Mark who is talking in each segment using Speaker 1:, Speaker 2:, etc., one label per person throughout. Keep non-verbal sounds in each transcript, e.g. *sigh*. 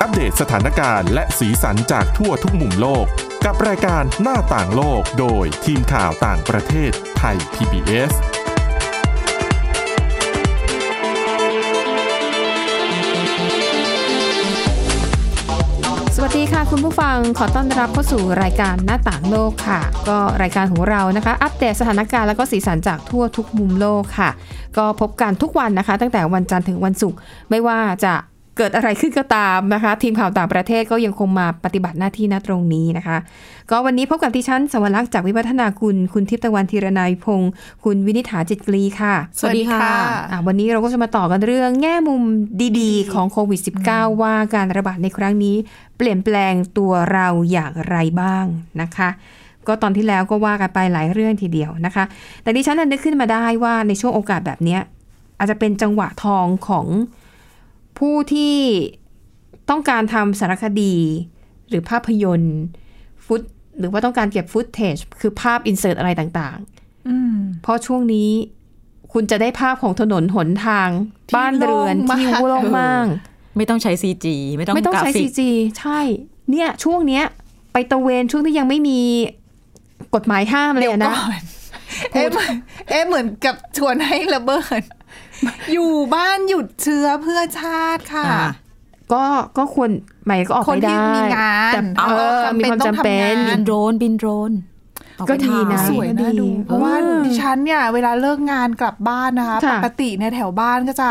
Speaker 1: อัปเดตสถานการณ์และสีสันจากทั่วทุกมุมโลก กับรายการหน้าต่างโลกโดยทีมข่าวต่างประเทศไทย PBS
Speaker 2: สวัสดีค่ะคุณผู้ฟังขอต้อนรับเข้าสู่รายการหน้าต่างโลกค่ะ ก็รายการของเรานะคะ อัปเดตสถานการณ์แล้วก็สีสันจากทั่วทุกมุมโลกค่ะ ก็พบกันทุกวันนะคะ ตั้งแต่วันจันทร์ถึงวันศุกร์ไม่ว่าจะเกิดอะไรขึ้นก็ตามนะคะ ทีมข่าวต่างประเทศก็ยังคงมาปฏิบัติหน้าที่ณตรงนี้นะคะ ก็วันนี้พบกับที่ฉันสวรักษ์จากวิวัฒนาคุณคุณทิพย์ตะวันธีรนายพงศ์คุณวินิษฐาจิตกรีค่ะ
Speaker 3: สวัสดีค่ะ
Speaker 2: อ่ะวันนี้เราก็จะมาต่อกันเรื่องแง่มุมดีๆ ของโควิด -19 ว่าการระบาดในครั้งนี้ เปลี่ยนแปลงตัวเราอย่างไรบ้างนะคะ ก็ตอนที่แล้วก็ว่ากันไปหลายเรื่องทีเดียวนะคะ แต่ดิฉันน่ะนึกขึ้นมาได้ว่าในช่วงโอกาสแบบเนี้ยอาจจะเป็นจังหวะทองของผู้ที่ต้องการทำสารคดี หรือภาพยนตร์ฟุตหรือว่าต้องการเก็บฟุตเทจคือภาพอินเสิร์ตอะไรต่าง
Speaker 3: อืม
Speaker 2: ๆ เพราะช่วงนี้คุณจะได้ภาพของถนนหนทาง
Speaker 3: ที่
Speaker 2: บ้านเรือน
Speaker 3: โล่งมาก
Speaker 2: ที่โล่งมาก
Speaker 4: ไม่ต้องใช้ CG ไม่ต้อง
Speaker 2: ไม่ต้อง
Speaker 4: กรา
Speaker 2: ใช้
Speaker 4: ฟิก
Speaker 2: CG ใช่ เนี่ยช่วงเนี้ย ไปตระเวนช่วงที่ยังไม่มีกฎหมายห้ามเลยอะนะ
Speaker 3: ก่อนเอ๊ะเหมือนเอ๊ะเหมือนกับชวนให้ระเบิ
Speaker 2: *laughs*
Speaker 3: ด อยู่บ้านหยุดเชื้อเพื่อชาติค่ะ
Speaker 4: อ่า
Speaker 2: ก็ก็ควรหมายก็ออก
Speaker 3: ค
Speaker 2: ไป
Speaker 3: นที่
Speaker 2: ได้
Speaker 3: มีงาน
Speaker 2: แต่
Speaker 3: เอ
Speaker 2: เอ
Speaker 3: อ
Speaker 2: อมีความจำเป็น
Speaker 3: จำเป็
Speaker 4: บินโดรนบินโดรนออไป
Speaker 2: ก็ดีนะ
Speaker 4: ถ่าย
Speaker 3: สวยน่าดู
Speaker 2: เออ
Speaker 3: เพราะว่าดิฉันเนี่ย เวลาเลิกงานกลับบ้านนะคะ
Speaker 2: ค่ะ
Speaker 3: ปกติเนี่ยแถวบ้านก็จะ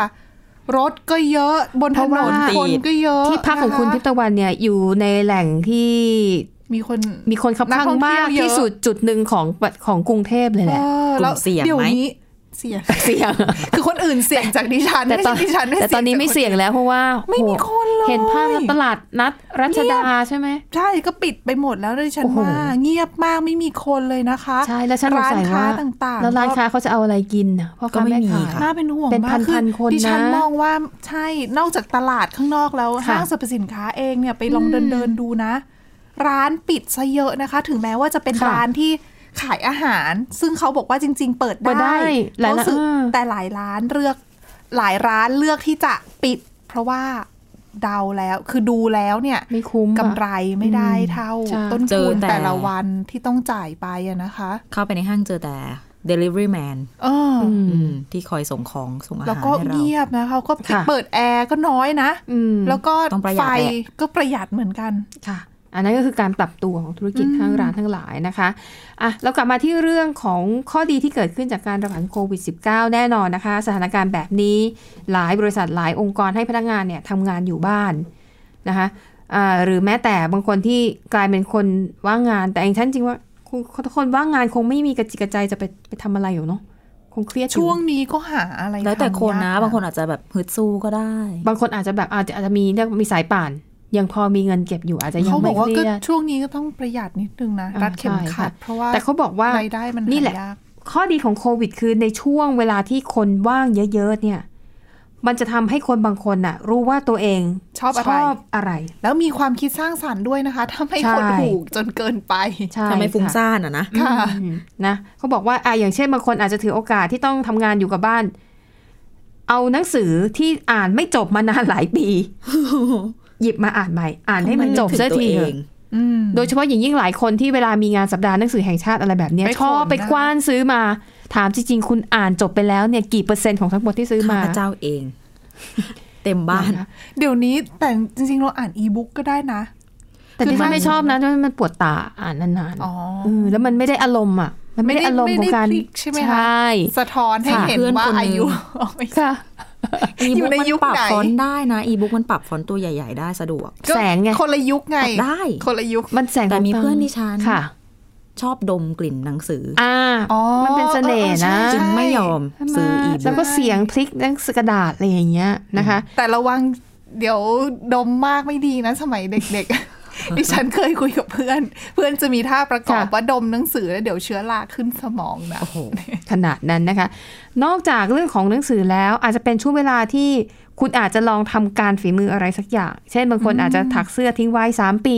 Speaker 3: รถก็เยอะบน
Speaker 2: เพ
Speaker 3: ถน
Speaker 2: ราะ
Speaker 3: น
Speaker 2: ว่า
Speaker 3: คนก็เยอะ
Speaker 2: ที่พักของคุณทิพ
Speaker 3: นะะ
Speaker 2: ย์ตะวันเนี่ยอยู่ในแหล่งที่
Speaker 3: มีคน
Speaker 2: มีคนขับ
Speaker 3: นัก
Speaker 2: ข้าง
Speaker 3: ท่องเที่
Speaker 2: มาย ก
Speaker 3: วเยอะ
Speaker 2: ที่สุดจุดหนึ่งของของกรุงเทพเลยแหละ
Speaker 3: เออแล้ว
Speaker 4: กลุ่มเสี่ยง
Speaker 3: เดี๋ยว
Speaker 4: ไหม
Speaker 3: นี้เสี่ยง *laughs*
Speaker 2: เสี่ยง
Speaker 3: คือคนอื่นเสี่ยงจากดิฉัน
Speaker 2: แต่
Speaker 3: ไม่
Speaker 2: ตอน
Speaker 3: ใช่ดิฉันไม่
Speaker 2: แต่ตอนนี้ไม่
Speaker 3: จากค
Speaker 2: เสี่ยงแล้วเพราะว่า
Speaker 3: ไม่มี
Speaker 2: โห
Speaker 3: คนเลย
Speaker 2: เห็นภาพตลาดนัดรัชดาใช่ไหม
Speaker 3: ใช่ก็ปิดไปหมดแล้วดิฉัน
Speaker 2: โอ้โห
Speaker 3: ว่าเงียบมากไม่มีคนเลยนะคะ
Speaker 2: ใช่แล้วฉันสง
Speaker 3: ร้าน
Speaker 2: สัย
Speaker 3: ค้า
Speaker 2: ว่า
Speaker 3: ต่างๆ
Speaker 2: แล้วร้าน
Speaker 3: ก็
Speaker 2: ค้าเขาจะเอาอะไรกินน่ะพ่อ
Speaker 4: ก็
Speaker 2: ค้า
Speaker 4: ไม่
Speaker 2: แม่
Speaker 4: มี
Speaker 2: ขาย
Speaker 4: ค่ะ
Speaker 3: น่าเป็นห่วง
Speaker 2: เป็น
Speaker 3: มาก
Speaker 2: พันๆคน
Speaker 3: ดิฉัน
Speaker 2: นะ
Speaker 3: มองว่าใช่นอกจากตลาดข้างนอกแล้ว
Speaker 2: ค่ะ
Speaker 3: ห้างสรรพสินค้าเองเนี่ยไปลองเดินเดินๆดูนะ ร้านปิดซะเยอะนะคะ ถึงแม้ว่าจะเป็น
Speaker 2: ค่ะ
Speaker 3: ร้านที่ขายอาหาร ซึ่งเขาบอกว่าจริง ๆ เปิด
Speaker 2: ก็ได้หลาย
Speaker 3: เพ
Speaker 2: ร้า
Speaker 3: ระสึก
Speaker 2: น
Speaker 3: แต่หลายร้านเลือก หลายร้านเลือกที่จะปิด เพราะว่าเดาแล้วคือดูแล้วเนี่ย
Speaker 2: ไม่คุ้มอะ
Speaker 3: กำไรไม่ได้เท่า
Speaker 2: ใช่
Speaker 3: ต้น
Speaker 4: เจ
Speaker 3: ทุ
Speaker 4: อน แต่
Speaker 3: แต่ละวันที่ต้องจ่ายไปอะนะคะ
Speaker 4: เข้าไปในห้างเจอแต่ delivery man
Speaker 3: เอออ
Speaker 2: อืม
Speaker 4: อืมที่คอยส่งของส่งอาหาร
Speaker 3: แล้วก็
Speaker 4: ให้เรา
Speaker 3: เงียบนะเขาก็ปิด
Speaker 2: ค่ะ
Speaker 3: เปิดแอร์ก็น้อยนะ
Speaker 2: อืม
Speaker 3: แล้วก็
Speaker 4: ต้องประหยั
Speaker 3: ไฟ
Speaker 4: ดแหละ
Speaker 3: ก็ประหยัดเหมือนกัน
Speaker 2: ค่ะ อันนั้นก็คือการปรับตัวของธุรกิจ
Speaker 3: อืม
Speaker 2: ห้างร้านทั้งหลายนะคะอ่ะเรากลับมาที่เรื่องของข้อดีที่เกิดขึ้นจากการระบาดของโควิด -19 แน่นอนนะคะ สถานการณ์แบบนี้หลายบริษัทหลายองค์กรให้พนักงานเนี่ยทำงานอยู่บ้านนะคะอ่าหรือแม้แต่บางคนที่กลายเป็นคนว่างงาน แต่เองฉันจริงว่าคุณทุกคนว่างงานคงไม่มีกระจิกกระใจจะไปไปทำอะไรอยู่เนาะคงเครียดอยู่
Speaker 3: ช่วงนี้ก็หาอะไร
Speaker 4: แล้วแต่
Speaker 3: ทำ
Speaker 4: คน
Speaker 3: ย
Speaker 4: นะ
Speaker 3: ก
Speaker 4: บางคนอาจจะแบบฮึดสู้ก็ได้
Speaker 2: บางคนอาจจะแบบอาจจะอาจจะมีเรียกมีสายป่าน ยังพอมีเงินเก็บอยู่อาจจะยัง
Speaker 3: เขาบ
Speaker 2: ไม่
Speaker 3: อกว่า
Speaker 2: เครี
Speaker 3: ก็
Speaker 2: ยด
Speaker 3: ช่วงนี้ก็ต้องประหยัดนิดนึงนะ
Speaker 2: อ่า
Speaker 3: รัดเข็ม
Speaker 2: ใช่
Speaker 3: ขัด
Speaker 2: ค่ะ
Speaker 3: เพราะว่า
Speaker 2: แต่เขาบอกว่า
Speaker 3: รายได้มัน
Speaker 2: นี่แหละ
Speaker 3: ายาก
Speaker 2: ข้อดีของโควิดคือในช่วงเวลาที่คนว่างเยอะ ๆ เนี่ย มันจะทำให้คนบางคนน่ะ รู้ว่าตัวเอง
Speaker 3: ชอบอะไร
Speaker 2: อะไร
Speaker 3: แล้วมีความคิดสร้างสรรค์ด้วยนะคะถ้าไม่คน
Speaker 2: ใช่
Speaker 3: ถูกจนเกินไป
Speaker 2: ใช่
Speaker 4: ทำไมฟุ้ง
Speaker 2: ค่ะ
Speaker 4: ซ่านอ่ะนะ
Speaker 3: ค่ะ
Speaker 2: อืมนะเขาบอกว่าอ่ะอย่างเช่นบางคนอาจจะถือโอกาสที่ต้องทำงานอยู่กับบ้าน เอาหนังสือที่อ่านไม่จบมานานหลายปี
Speaker 3: *laughs*
Speaker 2: หยิบมาอ่านใหม่ อ่านให้มันจบเสียทีเถอะ
Speaker 3: อืม
Speaker 2: โดยเฉพาะอย่างยิ่งหลายคนที่เวลามีงานสัปดาห์หนังสือแห่งชาติอะไรแบบเนี้ย
Speaker 3: ไปขน
Speaker 2: ชอบไป
Speaker 3: นะ
Speaker 2: กว้านซื้อมา ถามจริงๆ คุณอ่านจบไปแล้วเนี่ยกี่เปอร์เซ็นต์ของทั้งหมดที่ซื้อ
Speaker 4: ข้า
Speaker 2: มา
Speaker 4: พเจ้าเอง เต็มบ้าน
Speaker 2: ะคะ
Speaker 3: เดี๋ยวนี้แต่จริงๆเราอ่านอีบุ๊กก็ได้นะ
Speaker 2: แต่
Speaker 3: คือ
Speaker 2: ที่ฉัน
Speaker 3: มัน
Speaker 2: ไม่ชอบนะเพราะมันปวดตาอ่านนาน
Speaker 3: อ๋อ
Speaker 2: ๆมแล้วมันไม่ได้อารมณ์อ่ะ มันไม่ได้อารมณ์ของการ
Speaker 3: ไม่ได้พลิกใช่ไหมคะ
Speaker 2: ใช่
Speaker 3: สะท้อนให้
Speaker 4: ค่ะ
Speaker 3: เห็นว่าอายุ *laughs*
Speaker 2: ค่ะ
Speaker 4: อี
Speaker 3: อยู่
Speaker 4: บุ๊ก
Speaker 3: ใน
Speaker 4: มัน
Speaker 3: ยุค
Speaker 4: ปรับ
Speaker 3: ไหน
Speaker 4: ฟอนต์ได้นะ อีบุ๊กมันปรับฟอนต์ตัวใหญ่ ๆ ได้สะดวก
Speaker 2: แสงไง
Speaker 3: คนละยุคไง
Speaker 4: ได้
Speaker 3: คนละยุค
Speaker 2: มันแสง
Speaker 4: แต่มี
Speaker 2: ขง
Speaker 4: เพื่อนดิฉัน
Speaker 2: ค่ะ
Speaker 4: ชอบดมกลิ่นหนังสืออ
Speaker 2: อ่า
Speaker 3: อ๋อ
Speaker 2: มันเป็นเสน่ห์นะ
Speaker 3: เออเออใช่
Speaker 4: จึงไม่ยอมซื้ออี
Speaker 2: แล้ว
Speaker 4: บุ๊ก
Speaker 2: ก็เสียงพลิกหนังสือกระดาษอะไรอย่างเงี้ยนะคะ
Speaker 3: แต่ระวังเดี๋ยวดมมากไม่ดีนะ สมัยเด็กๆ *laughs* ดิฉันเคยคุยกับเพื่อน เพื่อนจะมีท่าประกอบ
Speaker 2: ค่ะ
Speaker 3: ว่าดมหนังสือแล้วเดี๋ยวเชื้อราขึ้นสมองนะ
Speaker 4: โอ้โห
Speaker 2: ขนาดนั้นนะคะ นอกจากเรื่องของหนังสือแล้วอาจจะเป็นช่วงเวลาที่คุณอาจจะลองทำการฝีมืออะไรสักอย่าง เช่นบางคนอาจจะถักเสื้อทิ้งไว้ 3 ปี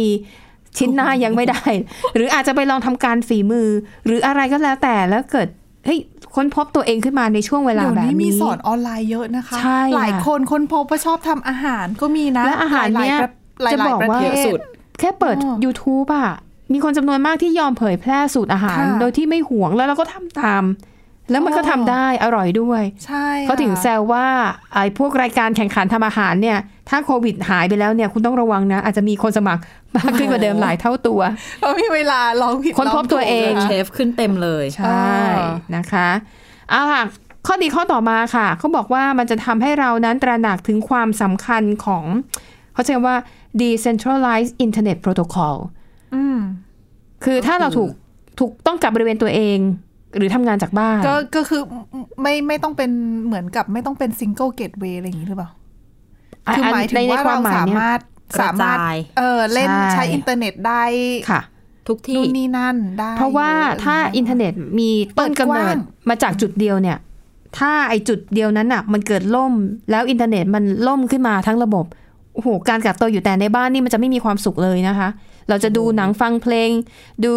Speaker 2: ชิ้นหน้ายังไม่ได้ *laughs* หรืออาจจะไปลองทำการฝีมือ หรืออะไรก็แล้วแต่แล้วเกิดเฮ้ยค้นพบตัวเองขึ้นมาในช่วงเวลา
Speaker 3: เดี๋ยว
Speaker 2: แบบ
Speaker 3: นี้มี
Speaker 2: นี้
Speaker 3: สอนออนไลน์เยอะนะคะ
Speaker 2: ใช่
Speaker 3: หลาย
Speaker 2: ค่ะ
Speaker 3: คนค้นพบว่าชอบทำอาหารก็มีนะ
Speaker 2: และอาหาร
Speaker 3: หลา
Speaker 2: เนี่ยย
Speaker 3: ๆประ ห
Speaker 2: จะ
Speaker 3: ลายๆประเท
Speaker 2: บอกว่า
Speaker 3: ศ
Speaker 2: แค่เปิด
Speaker 3: อ๋อ
Speaker 2: YouTube อะมีคนจำนวนมากที่ยอมเผยแพร่สูตรอาหาร
Speaker 3: ค่ะ
Speaker 2: โดยที่ไม่หวงแล้วเราก็ทำตาม แล้วมันก็
Speaker 3: อ๋อ
Speaker 2: ทำได้อร่อยด้วย
Speaker 3: ใช่
Speaker 2: เขาถึงแซ
Speaker 3: ค่ะ
Speaker 2: วว่าไอ้พวกรายการแข่งขันทำอาหารเนี่ย ถ้าโควิดหายไปแล้วเนี่ย คุณต้องระวังนะ อาจจะมีคนสมัครมากขึ้นกว่าเดิมหลายเท่าตัว
Speaker 3: เพราะมีเวลาลองผิด
Speaker 2: ค้น
Speaker 3: ล
Speaker 2: พบตัวเอง
Speaker 3: ถูก
Speaker 4: เช
Speaker 3: นะคะ
Speaker 4: ฟขึ้นเต็มเลย
Speaker 2: ใช่นะคะเอาล่ะข้อดีข้อต่อมาค่ะ เขาบอกว่ามันจะทำให้เรานั้นตระหนักถึงความสำคัญของ เขาใช้คำว่า decentralized internet protocol
Speaker 3: อืม
Speaker 2: คือถ้าเราถูกถูกต้องกับบริเวณตัวเอง หรือทำงานจากบ้าน
Speaker 3: ก็ก็คือไม่ไม่ต้องเป็นเหมือนกับไม่ต้องเป็นซิงเกิลเกตเวย์อะไรอย่างนี้หรือเปล่า คือหมายถึงว่าเราสามารถ
Speaker 4: กระ
Speaker 3: สามารถ
Speaker 4: จาย
Speaker 3: เออเล่น
Speaker 2: ใช่
Speaker 3: ใช้อินเทอร์เน็ตได้
Speaker 2: ค่ะ
Speaker 4: ทุกที่
Speaker 3: นู่นนี่นั่นได้
Speaker 2: เพราะว่า
Speaker 3: ลย
Speaker 2: ถ้า
Speaker 3: ะไรย่ง
Speaker 2: อิน
Speaker 3: งี้ย
Speaker 2: เทอร์เน็ตมีต้นกำเนิ
Speaker 3: เปิดกว้า
Speaker 2: ด
Speaker 3: ง
Speaker 2: มาจากจุดเดียวเนี่ย ถ้าไอจุดเดียวนั้นอ่ะ มันเกิดล่มแล้วอินเทอร์เน็ตมันล่มขึ้นมาทั้งระบบโอ้โหการกักตัวอยู่แต่ในบ้านนี่มันจะไม่มีความสุขเลยนะคะ เราจะดูหนังฟังเพลง ดู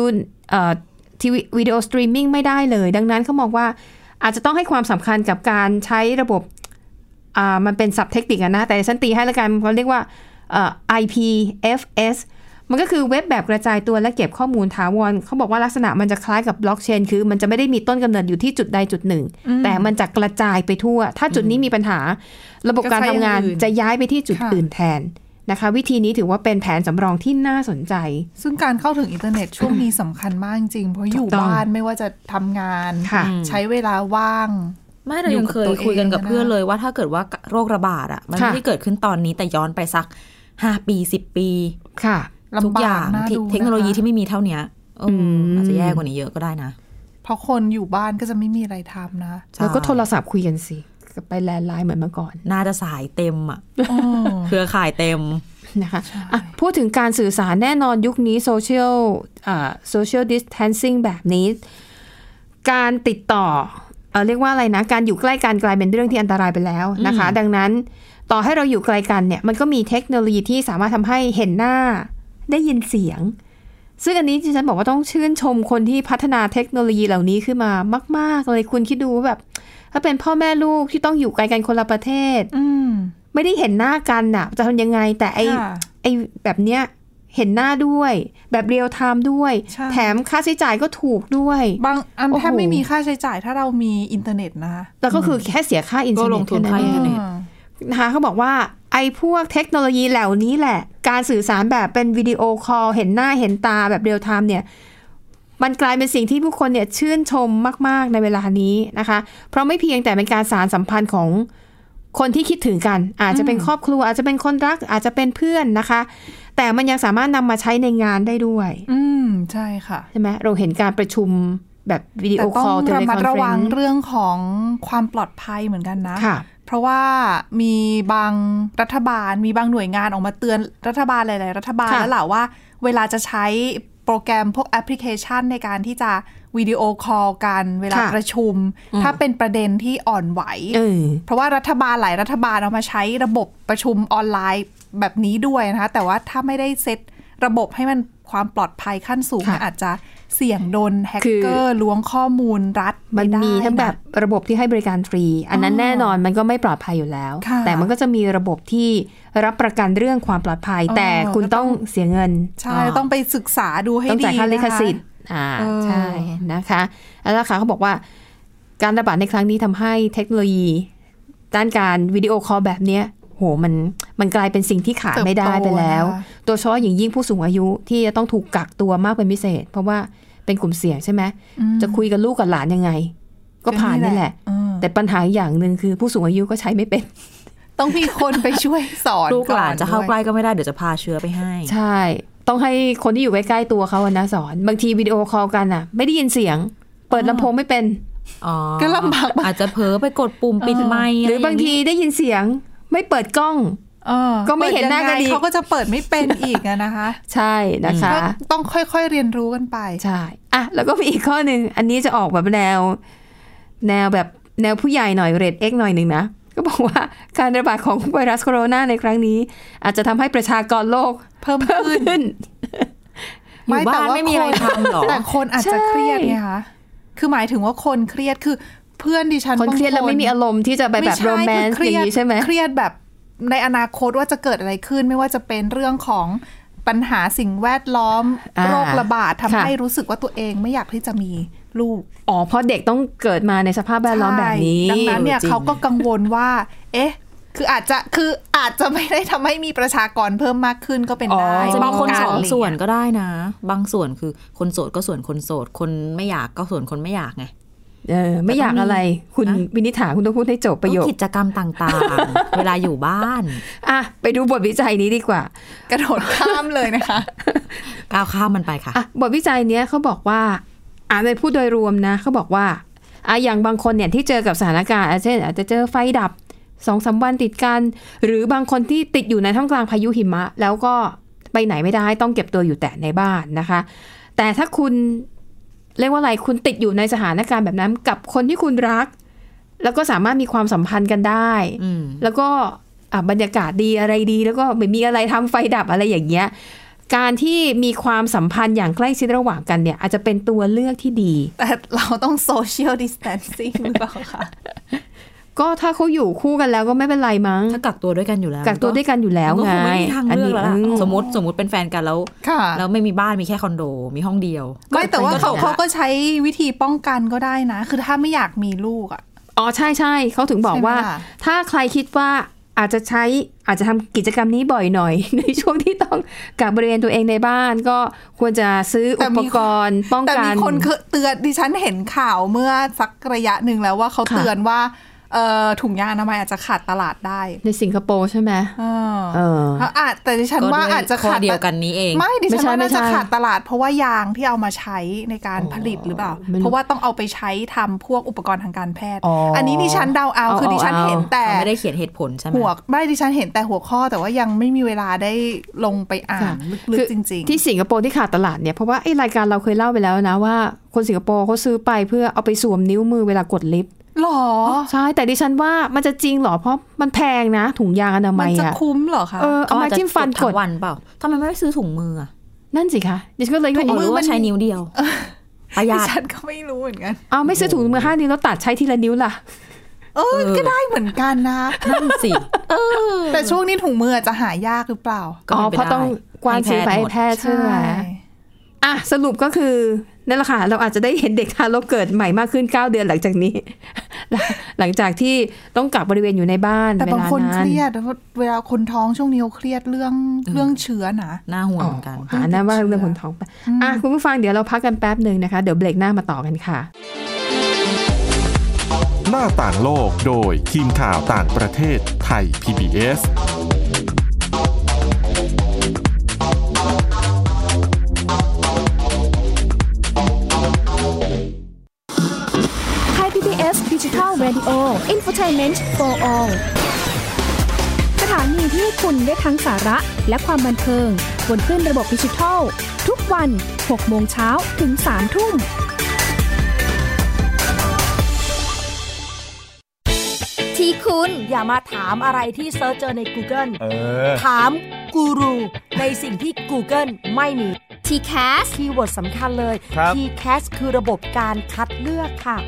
Speaker 2: เอ่อทีวีวิดีโอสตรีมมิ่งไม่ได้เลย ดังนั้นเขามองว่าอาจจะต้องให้ความสำคัญกับการใช้ระบบอ่ามันเป็นศัพท์เทคนิคอะนะ แต่ดิฉันตีให้ละกันเขาเรียกว่าเอ่อ IPFS มันก็คือเว็บแบบกระจายตัวและเก็บข้อมูลถาวรเขาบอกว่าลักษณะมันจะคล้ายกับบล็อกเชน คือมันจะไม่ได้มีต้นกำเนิดอยู่ที่จุดใดจุดหนึ่ง แต่มันจะกระจายไปทั่ว ถ้าจุดนี้มีปัญหา ระบบการทำงาน
Speaker 3: ก็ใช้อย่างอื่น
Speaker 2: จะย้ายไปที่จุด
Speaker 3: ค่ะ
Speaker 2: อื่นแทนนะคะ วิธีนี้ถือว่าเป็นแผนสำรองที่น่าสนใจ
Speaker 3: ซึ่งการเข้าถึงอินเทอร์เน็ตช่วงนี้สำคัญมากจริงๆเพราะอยู่
Speaker 2: ถูกต้อง
Speaker 3: บ้านไม่ว่าจะทำงาน
Speaker 2: ค่ะ
Speaker 4: อืม
Speaker 3: ใช้เวลาว่าง
Speaker 4: ไม่เรายังเคย
Speaker 3: อยู่กับตัว
Speaker 4: คุยกันกับ
Speaker 3: เองนะ
Speaker 4: เพื่อนเลยว่าถ้าเกิดว่าโรคระบาดอ่ะ มัน
Speaker 2: ค่ะ
Speaker 4: ไม่ได้เกิดขึ้นตอนนี้แต่ย้อนไปสักห้าปีสิบปี
Speaker 2: ค่ะ
Speaker 4: ทุกอบ
Speaker 3: ลำา
Speaker 4: ย่าก ง
Speaker 3: น่า
Speaker 4: ที่
Speaker 3: ดูะ
Speaker 4: เทคโนโลยีที่ไม่มีเท่าเนี้ยเอออ
Speaker 2: ม
Speaker 4: อาจจะแย่กว่านี้เยอะก็ได้นะ
Speaker 3: เพราะคนอยู่บ้านก็จะไม่มีอะไรทำนะ
Speaker 4: ใช่
Speaker 2: แล้วก็โทรศัพท์คุยกันสิไปแลนด์ไลน์เหมือนเมื่อก่อน
Speaker 4: น่าจะสายเต็มอ่ะ
Speaker 3: อ๋อ
Speaker 4: เครือข่ายเต็ม
Speaker 2: นะคะอ่ะพูดถึงการสื่อสารแน่นอนยุคนี้โซเชียลโซเชียลดิสเทนซิ่งแบบนี้ การติดต่อเอ่อเรียกว่าอะไรนะ การอยู่ใกล้กันกลายเป็นเรื่องที่อันตรายไปแล้วนะคะ ดังนั้นต่อให้เราอยู่ไกลกันเนี่ยมันก็มีเทคโนโลยีที่สามารถทำให้เห็นหน้าได้ยินเสียง ซึ่งอันนี้ที่ฉันบอกว่าต้องชื่นชมคนที่พัฒนาเทคโนโลยีเหล่านี้ขึ้นมามาก ๆ เลยคุณคิดดูว่าแบบ ถ้าเป็นพ่อแม่ลูกที่ต้องอยู่ไกลกันคนละประเทศ
Speaker 3: อืม
Speaker 2: ไม่ได้เห็นหน้ากันน่ะ จะทำยังไงแต่ไอ
Speaker 3: ค่ะ
Speaker 2: ไอแบบเนี้ยเห็นหน้าด้วย แบบเรียลไทม์ด้วย
Speaker 3: ใช่
Speaker 2: แถมค่าใช้จ่ายก็ถูกด้วย
Speaker 3: บางอัน
Speaker 2: โอ้โห
Speaker 3: แทบไม่มีค่าใช้จ่ายถ้าเรามีอินเทอร์เน็ตนะคะ
Speaker 2: แล้วก็คือแค่เสียค่าอินเทอร์เน็ต
Speaker 4: ก็ลงทุน
Speaker 2: แค่
Speaker 4: ค่าอินเทอร์เน็ต
Speaker 3: อ่า
Speaker 2: นะคะเขาบอกว่าไอพวกเทคโนโลยีเหล่านี้แหละ การสื่อสารแบบเป็นวิดีโอคอลเห็นหน้าเห็นตาแบบเรียลไทม์เนี่ย มันกลายเป็นสิ่งที่ผู้คนเนี่ยชื่นชมมาก ๆ ในเวลานี้นะคะ เพราะไม่เพียงแต่เป็นการสารสัมพันธ์ของคนที่คิดถึงกัน อาจจะเป็นครอบครัว อาจจะเป็นคนรัก อาจจะเป็นเพื่อนนะคะ แต่มันยังสามารถนำมาใช้ในงานได้ด้วย
Speaker 3: อืมใช่ค่ะ
Speaker 2: ใช่ไหมเราเห็นการประชุมแบบวิดีโอ
Speaker 3: แต่
Speaker 2: ค
Speaker 3: ต้อ
Speaker 2: อล
Speaker 3: ง
Speaker 2: เทเล
Speaker 3: ระ
Speaker 2: ค
Speaker 3: มั
Speaker 2: อ
Speaker 3: ด
Speaker 2: นเฟ
Speaker 3: ระ
Speaker 2: ร
Speaker 3: วัน ง
Speaker 2: ซ์
Speaker 3: เรื่องของความปลอดภัยเหมือนกันนะ
Speaker 2: ค่ะ
Speaker 3: เพราะว่ามีบางรัฐบาล มีบางหน่วยงานออกมาเตือนรัฐบาลหลาย ๆ รัฐบาล
Speaker 2: ค่ะ
Speaker 3: แล้วแหละว่า เวลาจะใช้โปรแกรมพวกแอปพลิเคชันในการที่จะวิดีโอคอลกันเวลาประชุม ถ้าเป็นประเด็นที่อ่อนไหว
Speaker 2: เออ
Speaker 3: เพราะว่ารัฐบาลหลายรัฐบาลเอามาใช้ระบบประชุมออนไลน์แบบนี้ด้วยนะคะ แต่ว่าถ้าไม่ได้เซตระบบให้มันความปลอดภัยขั้นสูง
Speaker 2: ค่ะ
Speaker 3: มันอาจจะเสี่ยงโดนแฮก
Speaker 2: คือ
Speaker 3: เกอร์ล้วงข้อมูลรัฐ
Speaker 2: มัน
Speaker 3: ไได้
Speaker 2: มีทั้ง
Speaker 3: นะ
Speaker 2: แบบระบบที่ให้บริการฟรี อันนั้น
Speaker 3: อ๋อ
Speaker 2: แน่นอนมันก็ไม่ปลอดภัยอยู่แล้ว
Speaker 3: ค่ะ
Speaker 2: แต่มันก็จะมีระบบที่รับประกันเรื่องความปลอดภัย
Speaker 3: อ๋อ
Speaker 2: แต่คุณต้องเสียเงิน
Speaker 3: ใช่ต้องไปศึกษาดูให้
Speaker 2: ต้อง
Speaker 3: ดี
Speaker 2: จ่ายค่าลิข
Speaker 3: นะคะ
Speaker 2: สิทธิ์อ่า
Speaker 3: เออ
Speaker 2: ใช่นะคะแล้วราคาเขาบอกว่าการระบาดในครั้งนี้ทำให้เทคโนโลยี ด้านการวิดีโอคอลแบบเนี้ยโหมันมันกลายเป็นสิ่งที่ขาดไม่ได้ไปแล้ว โดยเฉพาะอย่างยิ่งผู้สูงอายุที่จะต้องถูกกักตัวมากเป็นพิเศษ เพราะว่าเป็นกลุ่มเสี่ยงใช่ไหมจะคุยกับลูกกับหลานยังไง ก็ผ่านนี่แหละ
Speaker 3: เออ
Speaker 2: แต่ปัญหาอย่างหนึ่งคือผู้สูงอายุก็ใช้ไม่เป็น
Speaker 3: ต้องมีคนไปช่วยสอน
Speaker 4: ลูกหลานจะเข้าใก
Speaker 3: ก่อน
Speaker 4: ล้
Speaker 3: ด้วย
Speaker 4: ก็ไม่ได้เดี๋ยวจะพาเชื้อไปให้
Speaker 2: ใช่ ต้องให้คนที่อยู่ใกล้ๆตัวเขาอะนะสอน บางทีวิดีโอคอลกันอะไม่ได้ยินเสียง เปิดลำโพงไม่เป็น
Speaker 4: อ๋อ
Speaker 3: ก็ลำบากมาก
Speaker 4: อาจจะเผลอไปกดปุ่มปิดไมค์
Speaker 2: หรือบางทีได้ยินเสียงไม่เปิดกล้อง
Speaker 3: เออ
Speaker 2: ก็ไม่เห็นหน้ากันดี
Speaker 3: เปิดยังไงเขาก็จะเปิดไม่เป็นอีกอะนะคะ
Speaker 2: ใช่นะคะ
Speaker 3: ก็ต้องค่อยๆเรียนรู้กันไป
Speaker 2: ใช่อ่ะแล้วก็มีอีกข้อหนึ่งอันนี้จะออกแบบแนว แนวแบบแนวผู้ใหญ่หน่อยเรดเอ็กหน่อยหนึ่งนะ ก็บอกว่าการระบาดของไวรัสโคโรนาในครั้งนี้ อาจจะทำให้ประชากรโลก
Speaker 3: เพิ่ม
Speaker 2: เพิ่ม
Speaker 3: ขึ้น
Speaker 2: ขึ้น
Speaker 4: อยู่บ้านไม่มีอะไร
Speaker 3: แต่ว่า
Speaker 4: ทำหรอ
Speaker 3: คนแต่คนอาจจะเครียดไงคะ คือหมายถึงว่าคนเครียดคือเพื่อนดิฉัน
Speaker 2: คนเครียดแล้วไม่มีอารมณ์ที่จะไปแบบ
Speaker 3: ไม่ใช่
Speaker 2: โรแมน
Speaker 3: คือ
Speaker 2: ต์
Speaker 3: เครี
Speaker 2: อยย่าง
Speaker 3: ด
Speaker 2: นี้ใช่ไหม
Speaker 3: เครียดแบบ ในอนาคตว่าจะเกิดอะไรขึ้น ไม่ว่าจะเป็นเรื่องของปัญหาสิ่งแวดล้อม
Speaker 2: อ่า
Speaker 3: โรคระบาดทำ
Speaker 2: ค่ะ
Speaker 3: ให้รู้สึกว่าตัวเองไม่อยากที่จะมีลูก
Speaker 2: อ๋อเพราะเด็กต้องเกิดมาในสภาพแวดล้อมแบบนี้
Speaker 3: ใช่ดังนั้นเนี่ย
Speaker 4: จริง
Speaker 3: เขาก็กังวลว่า เอ๊ะ คืออาจจะ คืออาจจะไม่ได้ทำให้มีประชากรเพิ่มมากขึ้นก็เป็น
Speaker 2: อ๋อ
Speaker 3: ได้
Speaker 4: จะมีคนสอง
Speaker 3: ป้กัะไรย่าเย
Speaker 4: ส่วนก็ได้นะ บางส่วนคือคนโสดก็ส่วนคนโสด คนไม่อยากก็ส่วนคนไม่อยากไง
Speaker 2: เออไม่อยากอะไรคุณ
Speaker 4: นะ
Speaker 2: วินิษฐาคุณต้องพูดให้จบประโยค
Speaker 4: ต้องกิจกรรมต่างๆ *laughs* เวลาอยู่บ้าน
Speaker 2: อ่ะไปดูบทวิจัยนี้ดีกว่าก
Speaker 3: ระโดดข้ามเลยนะคะ
Speaker 4: ก้าวข้ามมันไปค่ะ
Speaker 2: อ่ะบทวิจัยเนี้ยเขาบอกว่าอ่านในพูดโดยรวมนะเขาบอกว่าอ่ะอย่างบางคนเนี่ยที่เจอกับสถานการณ์อ่ะเช่น อาจจะเจอไฟดับสองสามวันติดกัน หรือบางคนที่ติดอยู่ในท่ามกลางพายุหิมะ แล้วก็ไปไหนไม่ได้ต้องเก็บตัวอยู่แต่ในบ้านนะคะ แต่ถ้าคุณเรียกว่าอะไรคุณติดอยู่ในสถานการณ์แบบนั้นกับคนที่คุณรัก แล้วก็สามารถมีความสัมพันธ์กันได้
Speaker 4: อืม
Speaker 2: แล้วก็อ่ะบรรยากาศดีอะไรดี แล้วก็ไม่มีอะไรทำไฟดับอะไรอย่างเงี้ยการที่มีความสัมพันธ์อย่างใกล้ชิดระหว่างกันเนี่ย อาจจะเป็นตัวเลือกที่ดี
Speaker 3: แต่เราต้องโซเชียลดิสแตนซิ่งหรือเปล่าคะ
Speaker 2: ก็ถ้าเขาอยู่คู่กันแล้วก็ไม่เป็นไรมั้ง
Speaker 4: ถ้ากักตัวด้วยกันอยู่แล้ว
Speaker 2: กักตัวด้วยกันอยู่แล้ว
Speaker 4: มันก็
Speaker 2: ไง
Speaker 4: คงไม่มีทางเลือกแล้วล่ะ
Speaker 2: อันนี้อืม
Speaker 4: สมมติสมมติเป็นแฟนกันแล้ว
Speaker 3: ค่ะ
Speaker 4: แล้วไม่มีบ้านมีแค่คอนโด มีห้องเดียว
Speaker 3: ไม่แต่ว่าเขา
Speaker 4: ก็
Speaker 3: เขาก็ใช้วิธีป้องกันก็ได้นะ คือถ้าไม่อยากมีลูกอ่ะ
Speaker 2: อ๋อใช่ใช่เขาถึงบอกว่า
Speaker 3: ใช่ไหมล่ะ
Speaker 2: ถ้าใครคิดว่าอาจจะใช้อาจจะทำกิจกรรมนี้บ่อยหน่อย *laughs* ในช่วงที่ต้องกักบริเวณตัวเองในบ้าน ก็ควรจะซื้ออุปกรณ์ป้อง
Speaker 3: แต่
Speaker 2: กัน
Speaker 3: มีคนเคยเตือนดิฉันเห็นข่าวเมื่อสักระยะหนึ่งแล้วว่าเขา
Speaker 2: ค่ะ
Speaker 3: เตือนว่าเอ่อถุงยางอนามัยอาจจะขาดตลาดได้
Speaker 2: ในสิงคโปร์ใช่ไหม
Speaker 3: เออ
Speaker 2: เออ
Speaker 3: เขาอาจแต่ดิฉัน
Speaker 4: ก็
Speaker 3: ว่า
Speaker 4: ด้วย
Speaker 3: อาจจะ
Speaker 4: ข้อ
Speaker 3: ขาด
Speaker 4: เดียวกันนี้เอง
Speaker 3: ไม่ดิ
Speaker 2: ไม่
Speaker 3: ฉัน
Speaker 2: ใช่
Speaker 3: ว่าน่าจะ
Speaker 2: ไม่ใช่
Speaker 3: ขาดตลาด เพราะว่ายางที่เอามาใช้ในการผลิตหรือเปล่า
Speaker 2: มัน
Speaker 3: เพราะว่าต้องเอาไปใช้ทำพวกอุปกรณ์ทางการแพทย์
Speaker 2: อ๋ออั
Speaker 3: อันนี้ดิฉันเดาเอา
Speaker 2: เอา
Speaker 3: คือดิฉัน
Speaker 2: เอา
Speaker 3: เห็นแต่
Speaker 4: ไม่ได้เขียนเหตุผลใช่ไหม
Speaker 3: หัวไม่ดิฉันเห็นแต่หัวข้อแต่ว่ายังไม่มีเวลาได้ลงไปอ่านลึก
Speaker 2: คือ
Speaker 3: ๆจริง
Speaker 2: ที่สิงคโปร์ที่ขาดตลาดเนี่ยเพราะว่าไอ้รายการเราเคยเล่าไปแล้วนะว่าคนสิงคโปร์เขาซื้อไปเพื่อเอาไปสวมนิ้วมือเวลากดลิฟต์
Speaker 3: ๆหรอ
Speaker 2: ใช่แต่ดิฉันว่ามันจะจริงเหรอเพราะมันแพงนะ ถุงยางอนา
Speaker 3: มั
Speaker 2: มันย
Speaker 3: จะ
Speaker 2: อะ
Speaker 3: คุ้มเหรอคะ
Speaker 2: เออเอามาจิ้มฟันก
Speaker 4: ทั้
Speaker 2: ด
Speaker 4: งวันเปล่าทำไมไม่ซื้อถุงมืออะ
Speaker 2: นั่นสิคะดิฉันก็เลย
Speaker 4: ถุ
Speaker 2: ว่างเอ๊ะ
Speaker 4: มือว่าใช้นิ้วเดียวประห
Speaker 3: ดิ
Speaker 4: ยัด
Speaker 3: ฉันก็ไม่รู้เหมือนกัน
Speaker 2: เอาไม่ซื้อถุงมือห้านิ้วแล้วตัดใช้ทีละนิ้วล่ะ
Speaker 3: เออ
Speaker 4: เออ
Speaker 3: ก็ได้เหมือนกันนะ
Speaker 4: นั่นสิเออ
Speaker 3: แต่ช่วงนี้ถุงมืออาจจะหายากหรือเปล่า
Speaker 4: ก็
Speaker 2: อ๋อ
Speaker 4: ป็นไป
Speaker 2: เพราะ
Speaker 4: ได้
Speaker 2: ต้องกวานซื้อไป
Speaker 4: ให้
Speaker 2: ให้
Speaker 4: แพ
Speaker 2: แพ
Speaker 4: ทย์
Speaker 2: ทย์
Speaker 4: หมด
Speaker 2: ใช่ไหมอ่ะสรุปก็คือนั่นแหละค่ะเราอาจจะได้เห็นเด็กทารกเกิดใหม่มากขึ้น 9 เดือนหลังจากนี้ *laughs* หลังจากที่ต้องกักบริเวณอยู่ในบ้าน
Speaker 3: แต่บางคน
Speaker 2: วล
Speaker 3: เครียดเวลาคนท้องช่วงนี้เขาเครียดเรื่องเรื่องเชื้อนะ
Speaker 4: น่าห่วงเหมือนกัน
Speaker 2: อ่านั่นว่าเรื่องคนท้องไปอ่ะคุณผู้ฟังเดี๋ยวเราพักกันแป๊บหนึ่งนะคะ เดี๋ยวเบรกหน้ามาต่อกันค่ะ
Speaker 1: หน้าต่างโลกโดยทีมข่าวต่างประเทศไทย PBS
Speaker 5: ไทย PBS Digital Radio Infotainment for All สถานีที่คุณได้ทั้งสาระและความบันเทิง บนคลื่นระบบดิจิทัล ทุกวัน 6 โมงเช้าถึง 3 ทุ่ม
Speaker 6: ที่คุณอย่ามาถามอะไรที่เซิร์ชเจอใน Google
Speaker 7: เออ
Speaker 6: ถามกูรูในสิ่งที่ Google ไม่มี
Speaker 5: t c a s
Speaker 6: คีย์เวิร์ดสำคัญเลย
Speaker 7: ครับ
Speaker 6: t c a s คือระบบการคัดเลือกค่ะ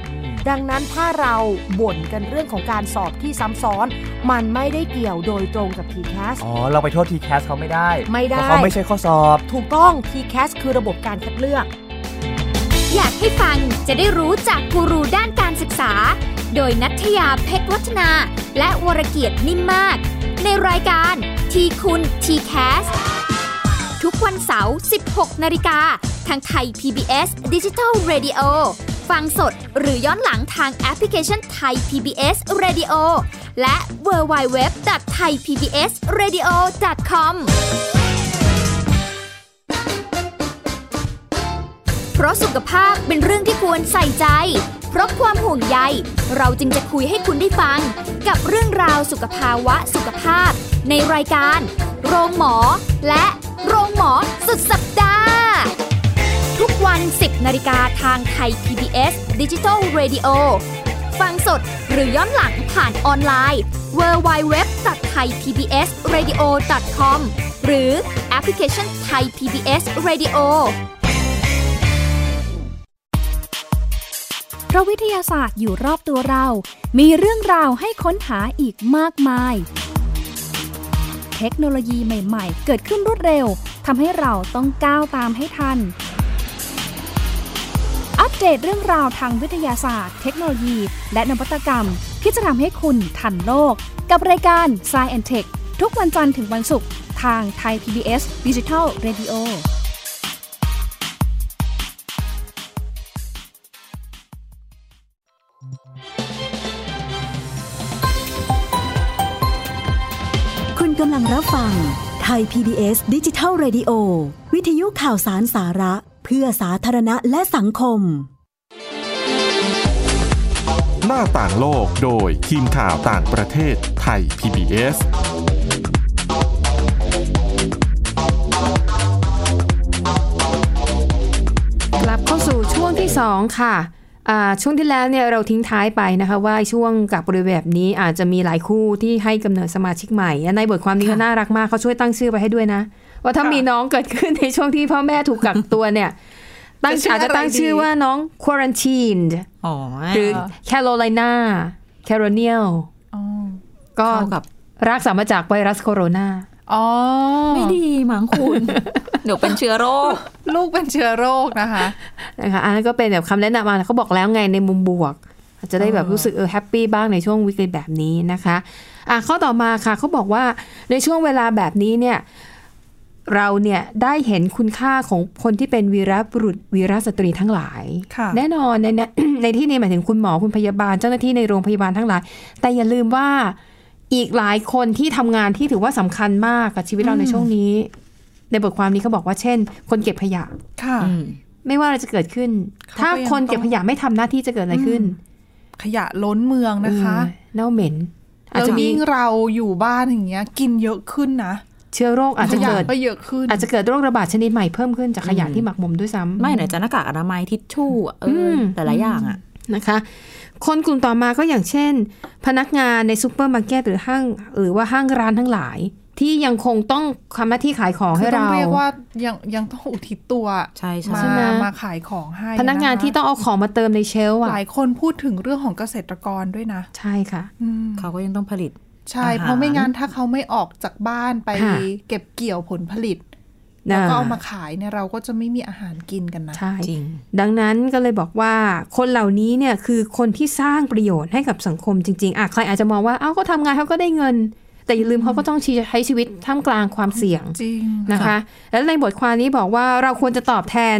Speaker 6: ดังนั้นถ้าเราบ่นกันเรื่องของการสอบที่ซ้ำซ้อน มันไม่ได้เกี่ยวโดยตรงกับ t c a s
Speaker 7: อ๋อ เราไปโทษทีแคสเขาไม่ได้
Speaker 6: ไม่ได้
Speaker 7: เพราะเขาไม่ใช่ข้อสอบ
Speaker 6: ถูกต้อง t c a s คือระบบการคัดเลือก
Speaker 5: อยากให้ฟังจะได้รู้จากกูรูด้านการศึกษา โดยนัทยาเพชรวัฒนา และวรเกียดนิ่มมาก ในรายการทีคุณทีแคสทุกวันเสาร์ 16 นาฬิกา ทางไทย PBS Digital Radio ฟังสดหรือย้อนหลังทางแอปพลิเคชันไทย PBS Radio และ w w w t h a i PBS Radio com เพราะสุขภาพเป็นเรื่องที่ควรใส่ใจ เพราะความห่วงใย เราจึงจะคุยให้คุณได้ฟัง กับเรื่องราวสุขภาวะสุขภาพ ในรายการ โรงหมอ และโรงหมอสุดสัปดาห์ ทุกวัน 10นาฬิกาทางไทย PBS Digital Radio ฟังสดหรือย้อนหลังผ่านออนไลน์ www.thaipbsradio.com หรือแอปพลิเคชัน Thai PBS Radio
Speaker 8: เพราะวิทยาศาสตร์อยู่รอบตัวเรา มีเรื่องราวให้ค้นหาอีกมากมาย เทคโนโลยีใหม่ๆ เกิดขึ้นรวดเร็วทำให้เราต้องก้าวตามให้ทัน อัปเดตเรื่องราวทางวิทยาศาสตร์ เทคโนโลยี และนวัตกรรม ที่จะทำให้คุณทันโลก กับรายการ s c i e n t e c h ทุกวันจันทร์ถึงวันศุกร์ทางไทย PBS Digital Radio
Speaker 9: คุณกำลังรับฟังไทย PBS ดิจิทัล Radio วิทยุข่าวสารสาระ เพื่อสาธารณะและสังคม
Speaker 1: หน้าต่างโลกโดยทีมข่าวต่างประเทศไทย PBS
Speaker 2: กลับเข้าสู่ช่วงที่ 2 ค่ะอ่าช่วงที่แล้วเนี่ยเราทิ้งท้ายไปนะคะ ว่าช่วงกักบริเวณแบบนี้อาจจะมีหลายคู่ที่ให้กำเนิดสมาชิกใหม่และในบทความนี้ก็น่ารักมากเขาช่วยตั้งชื่อไปให้ด้วยนะ ว่าถ้ามีน้องเกิดขึ้นในช่วงที่พ่อแม่ถูกกักตัวเนี่ยตั้ง
Speaker 3: จะชื่อ
Speaker 2: อา
Speaker 3: อะ
Speaker 2: จ
Speaker 3: ไรดี
Speaker 2: จะตั้งชื่อว่าน้อง quarantined
Speaker 4: อ๋อ
Speaker 2: หรือ Carolina Caronial
Speaker 3: อ๋อ
Speaker 2: ก็
Speaker 4: เข้ากับ
Speaker 2: รักสามาจากไวรัสโคโรนา
Speaker 3: อ๋อ
Speaker 4: ไม่ดีมั้งคุณ เดี๋ยวเป็นเชื้อโรค
Speaker 3: ลูกเป็นเชื้อโรคนะคะ
Speaker 2: นะคะอันนั้นก็เป็นแบบคำแนะนำมาเขาบอกแล้วไงในมุมบวก อาจจะได้แบบรู้สึกเออแฮปปี้บ้างในช่วงวิกฤตแบบนี้นะคะอ่ะข้อต่อมาค่ะเขาบอกว่าในช่วงเวลาแบบนี้เนี่ย เราเนี่ยได้เห็นคุณค่าของคนที่เป็นวีรบุรุษวีรสตรีทั้งหลาย
Speaker 3: ค่ะ
Speaker 2: แน่นอน *coughs* ในใน ในที่นี้หมายถึงคุณหมอคุณพยาบาลเจ้าหน้าที่ในโรงพยาบาลทั้งหลาย แต่อย่าลืมว่าอีกหลายคนที่ทำงานที่ถือว่าสำคัญมากกับชีวิตเราในช่วงนี้ ในบทความนี้เขาบอกว่าเช่น คนเก็บขยะ
Speaker 3: ค่ะ
Speaker 4: อืม
Speaker 2: ไม่ว่าอะไรจะเกิดขึ้น
Speaker 3: เขาก็
Speaker 2: ถ้าคน
Speaker 3: ยังต้อง
Speaker 2: เก็บขยะไม่ทำหน้าที่จะเกิดอะไรขึ้น
Speaker 3: ขยะล้นเมืองนะคะ
Speaker 2: เออเน่าเหม็น อาจ
Speaker 3: แล้ว
Speaker 2: จะมี
Speaker 3: ยิ่งเราอยู่บ้านอย่างเงี้ย กินเยอะขึ้นนะ
Speaker 2: เชื้อโรคอาจจะ
Speaker 3: ขย
Speaker 2: เกิด
Speaker 3: ก็เยอะขึ้น
Speaker 2: อาจจะเกิดโรคระบาดชนิดใหม่เพิ่มขึ้นจากขยะ
Speaker 4: อืม
Speaker 2: ที่หมักหมมด้วยซ้ำ
Speaker 4: ไม่ไหนจะหน้ากากอนามัยทิชชู่อะเอออ
Speaker 2: ม
Speaker 4: แต่ละอย่างอ่ะ
Speaker 2: นะคะ คนกลุ่มต่อมาก็อย่างเช่น พนักงานในซูเปอร์มาร์เก็ตหรือห้างหรือว่าห้างร้านทั้งหลาย ที่ยังคงต้องทำหน้าที่ขายของ
Speaker 3: คื
Speaker 2: ให้
Speaker 3: อต้อ
Speaker 2: เรา
Speaker 3: งเรียกว่ายังยังต้องอุทิศตัว
Speaker 4: ใช่ใช่
Speaker 3: มา
Speaker 2: ใช่ไหม
Speaker 3: มาขายของให้
Speaker 2: พนักงานที่ต้องเอาของมาเติมในเชลฟ์
Speaker 3: นะคะ
Speaker 2: อ่ะ
Speaker 3: หลายคนพูดถึงเรื่องของเกษตรกรด้วยนะ
Speaker 2: ใช่ค่ะ
Speaker 3: อืม
Speaker 4: เขาก็ยังต้องผลิต
Speaker 3: ใช่
Speaker 4: อาหาร
Speaker 3: เพราะไม่งั้นถ้าเขาไม่ออกจากบ้านไป
Speaker 2: ค่ะ
Speaker 3: เก็บเกี่ยวผลผลิต
Speaker 2: นะ
Speaker 3: แล้วก็เอามาขายเนี่ยเราก็จะไม่มีอาหารกินกันนะ
Speaker 2: ใช่
Speaker 4: จริง
Speaker 2: ดังนั้นก็เลยบอกว่าคนเหล่านี้เนี่ยคือคนที่สร้างประโยชน์ให้กับสังคมจริงๆอ่ะใครอาจจะมองว่าเอ้าเขาทำงานเขาก็ได้เงิน แต่อย่าลืมเขาก็ต้องใช้ชีวิตท่ามกลางความเสี่ยง
Speaker 3: จริง
Speaker 2: นะคะ และในบทความนี้บอกว่าเราควรจะตอบแทน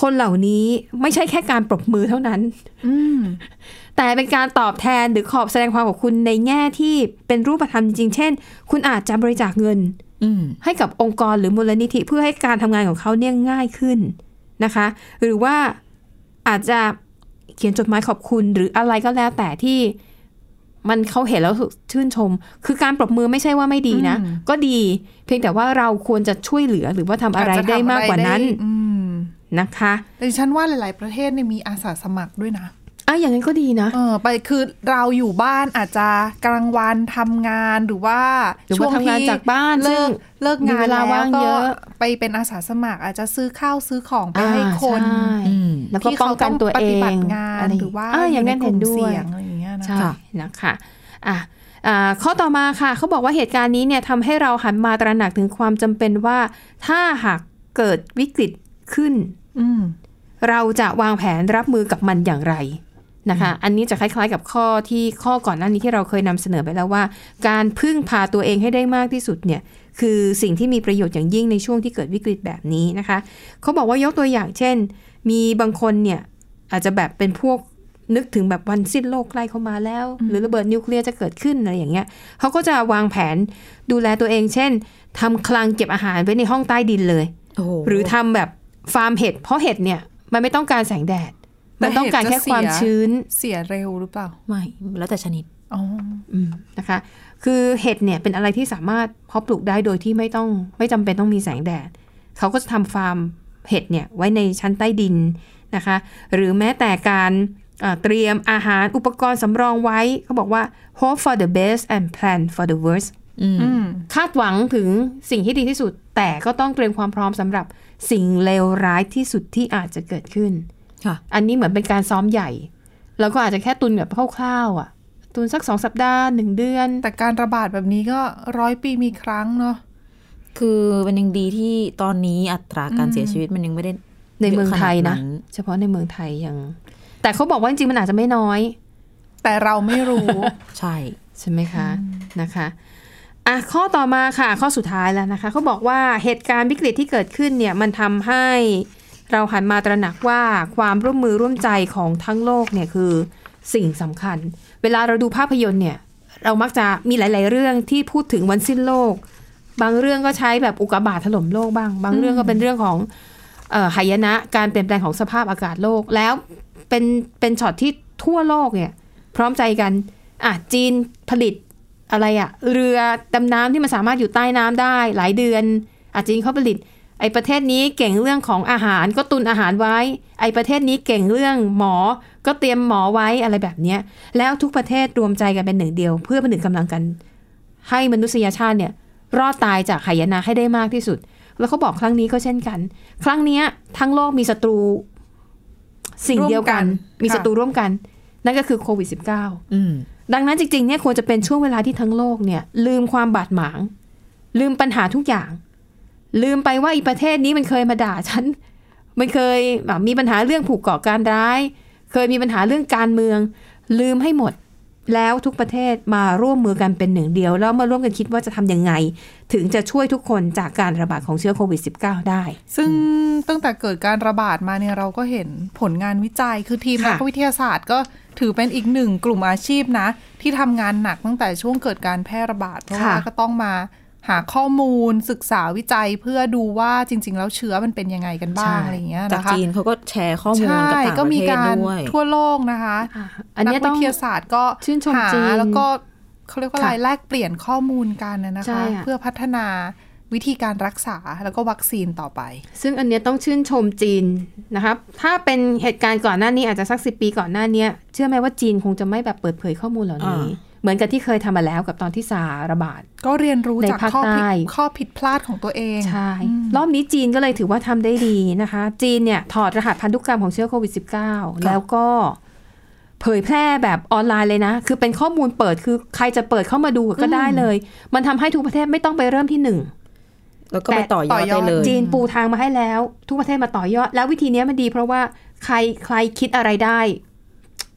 Speaker 2: คนเหล่านี้ไม่ใช่แค่การปรบมือเท่านั้น
Speaker 3: อืม
Speaker 2: *laughs* แต่เป็นการตอบแทนหรือขอบแสดงความขอบคุณในแง่ที่เป็นรูปธรรมจริงๆเช่น คุณอาจจะบริจาคเงิน
Speaker 4: อืม
Speaker 2: ให้กับองค์กรหรือมูลนิธิเพื่อให้การทำงานของเขาเนี่ยง่ายขึ้นนะคะ หรือว่าอาจจะเขียนจดหมายขอบคุณหรืออะไรก็แล้วแต่ที่มันเขาเห็นแล้วชื่นชม คือการปรบมือไม่ใช่ว่าไม่ดีนะ ก็ดีเพียงแต่ว่าเราควรจะช่วยเหลือหรือว่าทำอะไร
Speaker 3: จจ
Speaker 2: ได้มากกว่านั้น
Speaker 3: ได้อืม
Speaker 2: นะคะ
Speaker 3: แต่ดิฉันว่าหลาย ๆ ประเทศเนี่ยมีอาสาสมัครด้วยนะ
Speaker 2: อ่ะอย่างนั้นก็ดีนะ
Speaker 3: เออไปคือเราอยู่บ้านอาจจะกลางวันทำงานหรือว่า
Speaker 2: หรือว่าทำงานจากบ้าน
Speaker 3: เลิก
Speaker 2: ซึ่ง
Speaker 3: เลิกงาน
Speaker 2: มีเวลา
Speaker 3: แล้
Speaker 2: ว่าว ง
Speaker 3: ก็
Speaker 2: เยอะ
Speaker 3: ไปเป็นอาสาสมัครอาจจะซื้อข้าวซื้อของไป
Speaker 2: อ่า
Speaker 3: ให้คน
Speaker 2: ใช่
Speaker 4: อืม
Speaker 2: แล้วก็ป้องกันตัว
Speaker 3: ที่ขาต้ป
Speaker 2: เอ
Speaker 3: ฏิบั
Speaker 2: ง
Speaker 3: ติงาน
Speaker 2: อะไร
Speaker 3: หรือว่า
Speaker 2: อ่ะอย่างนั้น
Speaker 3: ใก
Speaker 2: เห็
Speaker 3: ลุ่
Speaker 2: น
Speaker 3: ม
Speaker 2: ด้วย
Speaker 3: สี่งอะไรอย่างเงี้ยนะ
Speaker 2: ใช่
Speaker 4: ค่ะ
Speaker 2: นะคะอ่ะอ่าข้อต่อมาค่ะ เขาบอกว่าเหตุการณ์นี้เนี่ยทำให้เราหันมาตระหนักถึงความจำเป็นว่า ถ้าหากเกิดวิกฤตขึ้น
Speaker 3: อืม
Speaker 2: เราจะวางแผนรับมือกับมันอย่างไรนะคะ อันนี้จะคล้ายๆกับข้อที่ข้อก่อนหน้านี้ที่เราเคยนำเสนอไปแล้วว่า การพึ่งพาตัวเองให้ได้มากที่สุดเนี่ยคือสิ่งที่มีประโยชน์อย่างยิ่งในช่วงที่เกิดวิกฤตแบบนี้นะคะ เขาบอกว่ายกตัวอย่างเช่น มีบางคนเนี่ยอาจจะแบบเป็นพวกนึกถึงแบบวันสิ้นโลกใกล้เข้ามาแล้ว หรือระเบิดนิวเคลียร์จะเกิดขึ้นอะไรอย่างเงี้ยเขาก็จะวางแผนดูแลตัวเอง เช่นทำคลังเก็บอาหารไว้ในห้องใต้ดินเลย
Speaker 4: โอ้โห
Speaker 2: หรือทำแบบฟาร์มเห็ด เพราะเห็ดเนี่ย มันไม่ต้องการแสงแดด มันต้องการแค่ความชื้น
Speaker 3: เสียเร็วหรือเปล่า
Speaker 4: ไม่ แล้วแต่ชนิด
Speaker 3: อ๋อ
Speaker 2: อืมนะคะ คือเห็ดเนี่ยเป็นอะไรที่สามารถเพาะปลูกได้โดยที่ไม่ต้องไม่จำเป็นต้องมีแสงแดด เขาก็จะทำฟาร์มเห็ดเนี่ยไว้ในชั้นใต้ดินนะคะ หรือแม้แต่การเอ่อเตรียมอาหารอุปกรณ์สำรองไว้ เขาบอกว่า hope for the best and plan for the worst
Speaker 4: อืม
Speaker 3: อืม
Speaker 2: คาดหวังถึงสิ่งที่ดีที่สุด แต่ก็ต้องเตรียมความพร้อมสำหรับสิ่งเลวร้ายที่สุดที่อาจจะเกิดขึ้น
Speaker 4: ค่ะ
Speaker 2: อันนี้เหมือนเป็นการซ้อมใหญ่ แล้วก็อาจจะแค่ตุนแบบคร่าวๆอ่ะ ตุนสักสองสัปดาห์หนึ่งเดือน
Speaker 3: แต่การระบาดแบบนี้ก็ร้อยปีมีครั้งเนาะ
Speaker 4: คือมันยังดีที่ตอนนี้อัตราการ
Speaker 3: อืม
Speaker 4: เสียชีวิตมันยังไม่ได้
Speaker 2: ในเมืองไทยนะ
Speaker 4: เอขาด
Speaker 2: เฉพาะในเมืองไทยยัง แต่เขาบอกว่าจริงๆมันอาจจะไม่น้อย
Speaker 3: แต่เราไม่รู้
Speaker 2: *laughs*
Speaker 4: ใช่
Speaker 2: ใช่ไหมคะนะคะอ่ะข้อต่อมาค่ะ ข้อสุดท้ายแล้วนะคะเขาบอกว่าเหตุการณ์วิกฤตที่เกิดขึ้นเนี่ยมันทำให้เราหันมาตระหนักว่าความร่วมมือร่วมใจของทั้งโลกเนี่ยคือสิ่งสำคัญ เวลาเราดูภาพยนตร์เนี่ย เรามักจะมีหลาย ๆ เรื่องที่พูดถึงวันสิ้นโลก บางเรื่องก็ใช้แบบอุกกาบาตถล่มโลกบ้าง บางเรื่องก็เป็นเรื่องของเอ่อหายนะการเปลี่ยนแปลงของสภาพอากาศโลกแล้วเป็นเป็นช็อตที่ทั่วโลกเนี่ย พร้อมใจกัน อ่ะ จีนผลิตอะไรอะเรือดำน้ำที่มันสามารถอยู่ใต้น้ำได้ หลายเดือน อ่ะ จีนเขาผลิต ไอ้ประเทศนี้เก่งเรื่องของอาหารก็ตุนอาหารไว้ ไอ้ประเทศนี้เก่งเรื่องหมอ ก็เตรียมหมอไว้อะไรแบบเนี้ย แล้วทุกประเทศรวมใจกันเป็นหนึ่งเดียว เพื่อผนึกกำลังกัน ให้มนุษยชาติเนี่ย รอดตายจากหายนะให้ได้มากที่สุด แล้วเขาบอกครั้งนี้ก็เช่นกัน ครั้งเนี้ยทั้งโลกมีศัตรู สิ่งเดียวกัน
Speaker 3: ร่วมกัน
Speaker 2: มี
Speaker 3: ค่ะ
Speaker 2: ศัตรูร่วมกัน นั่นก็คือโควิด -19
Speaker 4: อืม
Speaker 2: ดังนั้นจริงๆเนี่ยควรจะเป็นช่วงเวลาที่ทั้งโลกเนี่ย ลืมความบาดหมาง ลืมปัญหาทุกอย่าง ลืมไปว่าอีประเทศนี้มันเคยมาด่าฉัน มันเคยแบบมีปัญหาเรื่องผูกก่อการร้าย เคยมีปัญหาเรื่องการเมือง ลืมให้หมด แล้วทุกประเทศมาร่วมมือกันเป็นหนึ่งเดียว แล้วมาร่วมกันคิดว่าจะทำยังไง ถึงจะช่วยทุกคนจากการระบาดของเชื้อโควิด -19 ได้
Speaker 3: ซึ่งตั้งแต่เกิดการระบาดมาเนี่ยเราก็เห็นผลงานวิจัยคือทีมนั
Speaker 2: ค่ะ
Speaker 3: กวิทยาศาสตร์ก็ถือเป็นอีกหนึ่งกลุ่มอาชีพนะ ที่ทำงานหนักตั้งแต่ช่วงเกิดการแพร่ระบาด เพราะว่าก็ต้องมาหาข้อมูลศึกษาวิจัยเพื่อดูว่าจริง ๆ แล้วเชื้อมันเป็นยังไงกันบ้าง
Speaker 4: ใช่
Speaker 3: อะไรอย่างเงี้ย
Speaker 4: จาก
Speaker 3: นะคะ
Speaker 4: จีนเขาก็แชร์ข้อมูลกับ
Speaker 3: ใช่
Speaker 4: ต่างป
Speaker 3: ก็
Speaker 4: ระ
Speaker 3: มี
Speaker 4: เทศ
Speaker 3: การ
Speaker 4: ด้วย
Speaker 3: ทั่วโลกนะคะ
Speaker 2: อ่ะอันเนี้ย
Speaker 3: ก
Speaker 2: ต้อ
Speaker 3: วิ
Speaker 2: ง
Speaker 3: ทยาศาสตร์ก็
Speaker 2: ชื่นชม
Speaker 3: หา
Speaker 2: จีน
Speaker 3: แล้วก็เขาเรียกว่าอะไร
Speaker 2: ค่ะ
Speaker 3: แลกเปลี่ยนข้อมูลกันนะนะ
Speaker 2: ใช่
Speaker 3: คะ
Speaker 2: อะ
Speaker 3: เพื่อพัฒนาวิธีการรักษาแล้วก็วัคซีนต่อไป
Speaker 2: ซึ่งอันเนี้ยต้องชื่นชมจีนนะครับ ถ้าเป็นเหตุการณ์ก่อนหน้านี้อาจจะสักสิปีก่อนหน้าเนี้ยเชื่อไหมว่าจีนคงจะไม่แบบเปิดเผยข้อมูลเหล่านี้
Speaker 4: อ่า
Speaker 2: เหมือนกับที่เคยทำมาแล้วกับตอนที่ซาร์ระบาด
Speaker 3: ก็เรียนรู้
Speaker 2: ใน
Speaker 3: จาก
Speaker 2: ภาค
Speaker 3: ข้อผิด
Speaker 2: ใต้
Speaker 3: ข้อผิดพลาดของตัวเอง
Speaker 2: ใช่ รอบนี้จีนก็เลยถือว่าทำได้ดีนะคะ จีนเนี่ย ถอดรหัสพันธุกรรมของเชื้อโควิด -19 แล้วก็เผยแพร่แบบออนไลน์เลยนะ คือเป็นข้อมูลเปิดคือใครจะเปิดเข้ามาดูก็ได้เลย มันทำให้ทุกประเทศไม่ต้องไปเริ่มที่หนึ่ง
Speaker 4: แล้วก็ไปต่อยอดได้เลย
Speaker 2: จีนปูทางมาให้แล้ว ทุกประเทศมาต่อยอด แล้ววิธีเนี้ยมันดีเพราะว่าใครใครคิดอะไรได้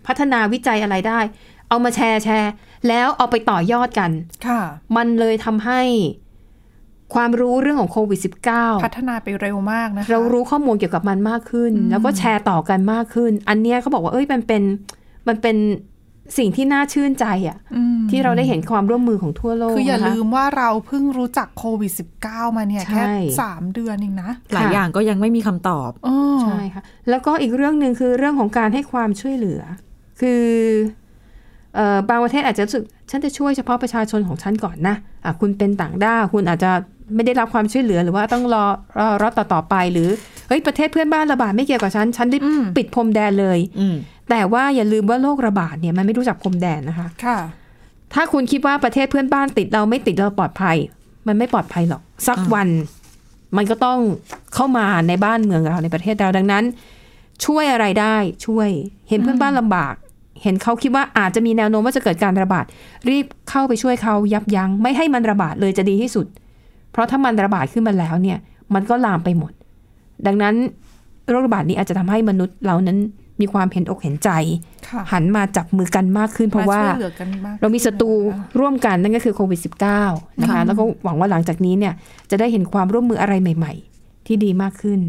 Speaker 2: พัฒนาวิจัยอะไรได้ เอามาแชร์แชร์ แล้วเอาไปต่อยอดกัน
Speaker 3: ค่ะ
Speaker 2: มันเลยทำให้ความรู้เรื่องของโควิด -19
Speaker 3: พัฒนาไปเร็วมากนะคะ
Speaker 2: เรารู้ข้อมูลเกี่ยวกับมันมากขึ้น แล้วก็แชร์ต่อกันมากขึ้น อันเนี้ยเขาบอกว่าเอ้ยมันเป็นมันเป็นสิ่งที่น่าชื่นใจอะ
Speaker 3: อืม
Speaker 2: ที่เราได้เห็นความร่วมมือของทั่วโลก
Speaker 3: คืออย่า
Speaker 2: นะคะ
Speaker 3: ลืมว่าเราเพิ่งรู้จักโควิด -19 มาเนี่ย
Speaker 2: ใช่
Speaker 3: แค่ 3 เดือนเองนะ
Speaker 4: หลายอย่างก็ยังไม่มีคำตอบ
Speaker 3: อ้อ
Speaker 2: ใช่ค่ะ แล้วก็อีกเรื่องหนึ่งคือเรื่องของการให้ความช่วยเหลือ คือเอ่อบางประเทศอาจจะรู้สึก ฉันจะช่วยเฉพาะประชาชนของฉันก่อนนะอ่ะคุณเป็นต่างด้าวคุณอาจจะไม่ได้รับความช่วยเหลือหรือว่าต้องรอรอรอต่อต่อไปหรือเฮ้ยประเทศเพื่อนบ้านระบาดไม่เกี่ยวกับฉัน ฉันได้ปิดพรมแดนเลย
Speaker 4: อืม
Speaker 2: แต่ว่าอย่าลืมว่าโรคระบาดเนี่ยมันไม่รู้จักพรมแดนนะคะ
Speaker 3: ค่ะ
Speaker 2: ถ้าคุณคิดว่าประเทศเพื่อนบ้านติดเราไม่ติดเราปลอดภัย มันไม่ปลอดภัยหรอก สักวัน มันก็ต้องเข้ามาในบ้านเมืองเราในประเทศเราดังนั้น ช่วยอะไรได้ช่วย เห็นเพื่อนบ้านลำบาก เห็นเขาคิดว่าอาจจะมีแนวโน้มว่าจะเกิดการระบาด รีบเข้าไปช่วยเขายับยั้งไม่ให้มันระบาดเลยจะดีที่สุด เพราะถ้ามันระบาดขึ้นมาแล้วเนี่ย มันก็ลามไปหมด ดังนั้นโรคระบาดนี้อาจจะทำให้มนุษย์เรานั้นมีความเห็นอกเห็นใจ
Speaker 3: ค่ะ
Speaker 2: หันมาจับมือกันมากขึ้นเพราะว่า
Speaker 3: มช่ยเหลือกันมาก
Speaker 2: เรามีศัตรูร่วมกันนั่นก็คือโควิด -19 นะคะแล้วก็หวังว่าหลังจากนี้เนี่ยจะได้เห็นความร่วมมืออะไรใหม่ ๆ ที่ดีมากขึ้น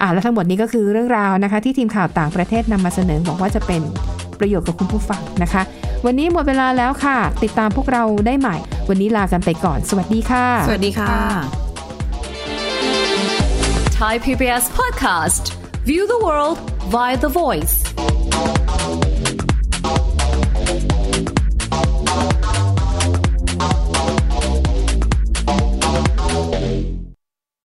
Speaker 2: อ่าและทั้งหมดนี้ก็คือเรื่องราวนะคะ ที่ทีมข่าวต่างประเทศนำมาเสนอหวังว่าจะเป็นประโยชน์กับคุณผู้ฟังนะคะ วันนี้หมดเวลาแล้วค่ะ ติดตามพวกเราได้ใหม่ วันนี้ลากันไปก่อน สวัสดีค่ะ
Speaker 4: สวัสดีค่ะ
Speaker 10: Thai PBS podcast. View the world via the voice.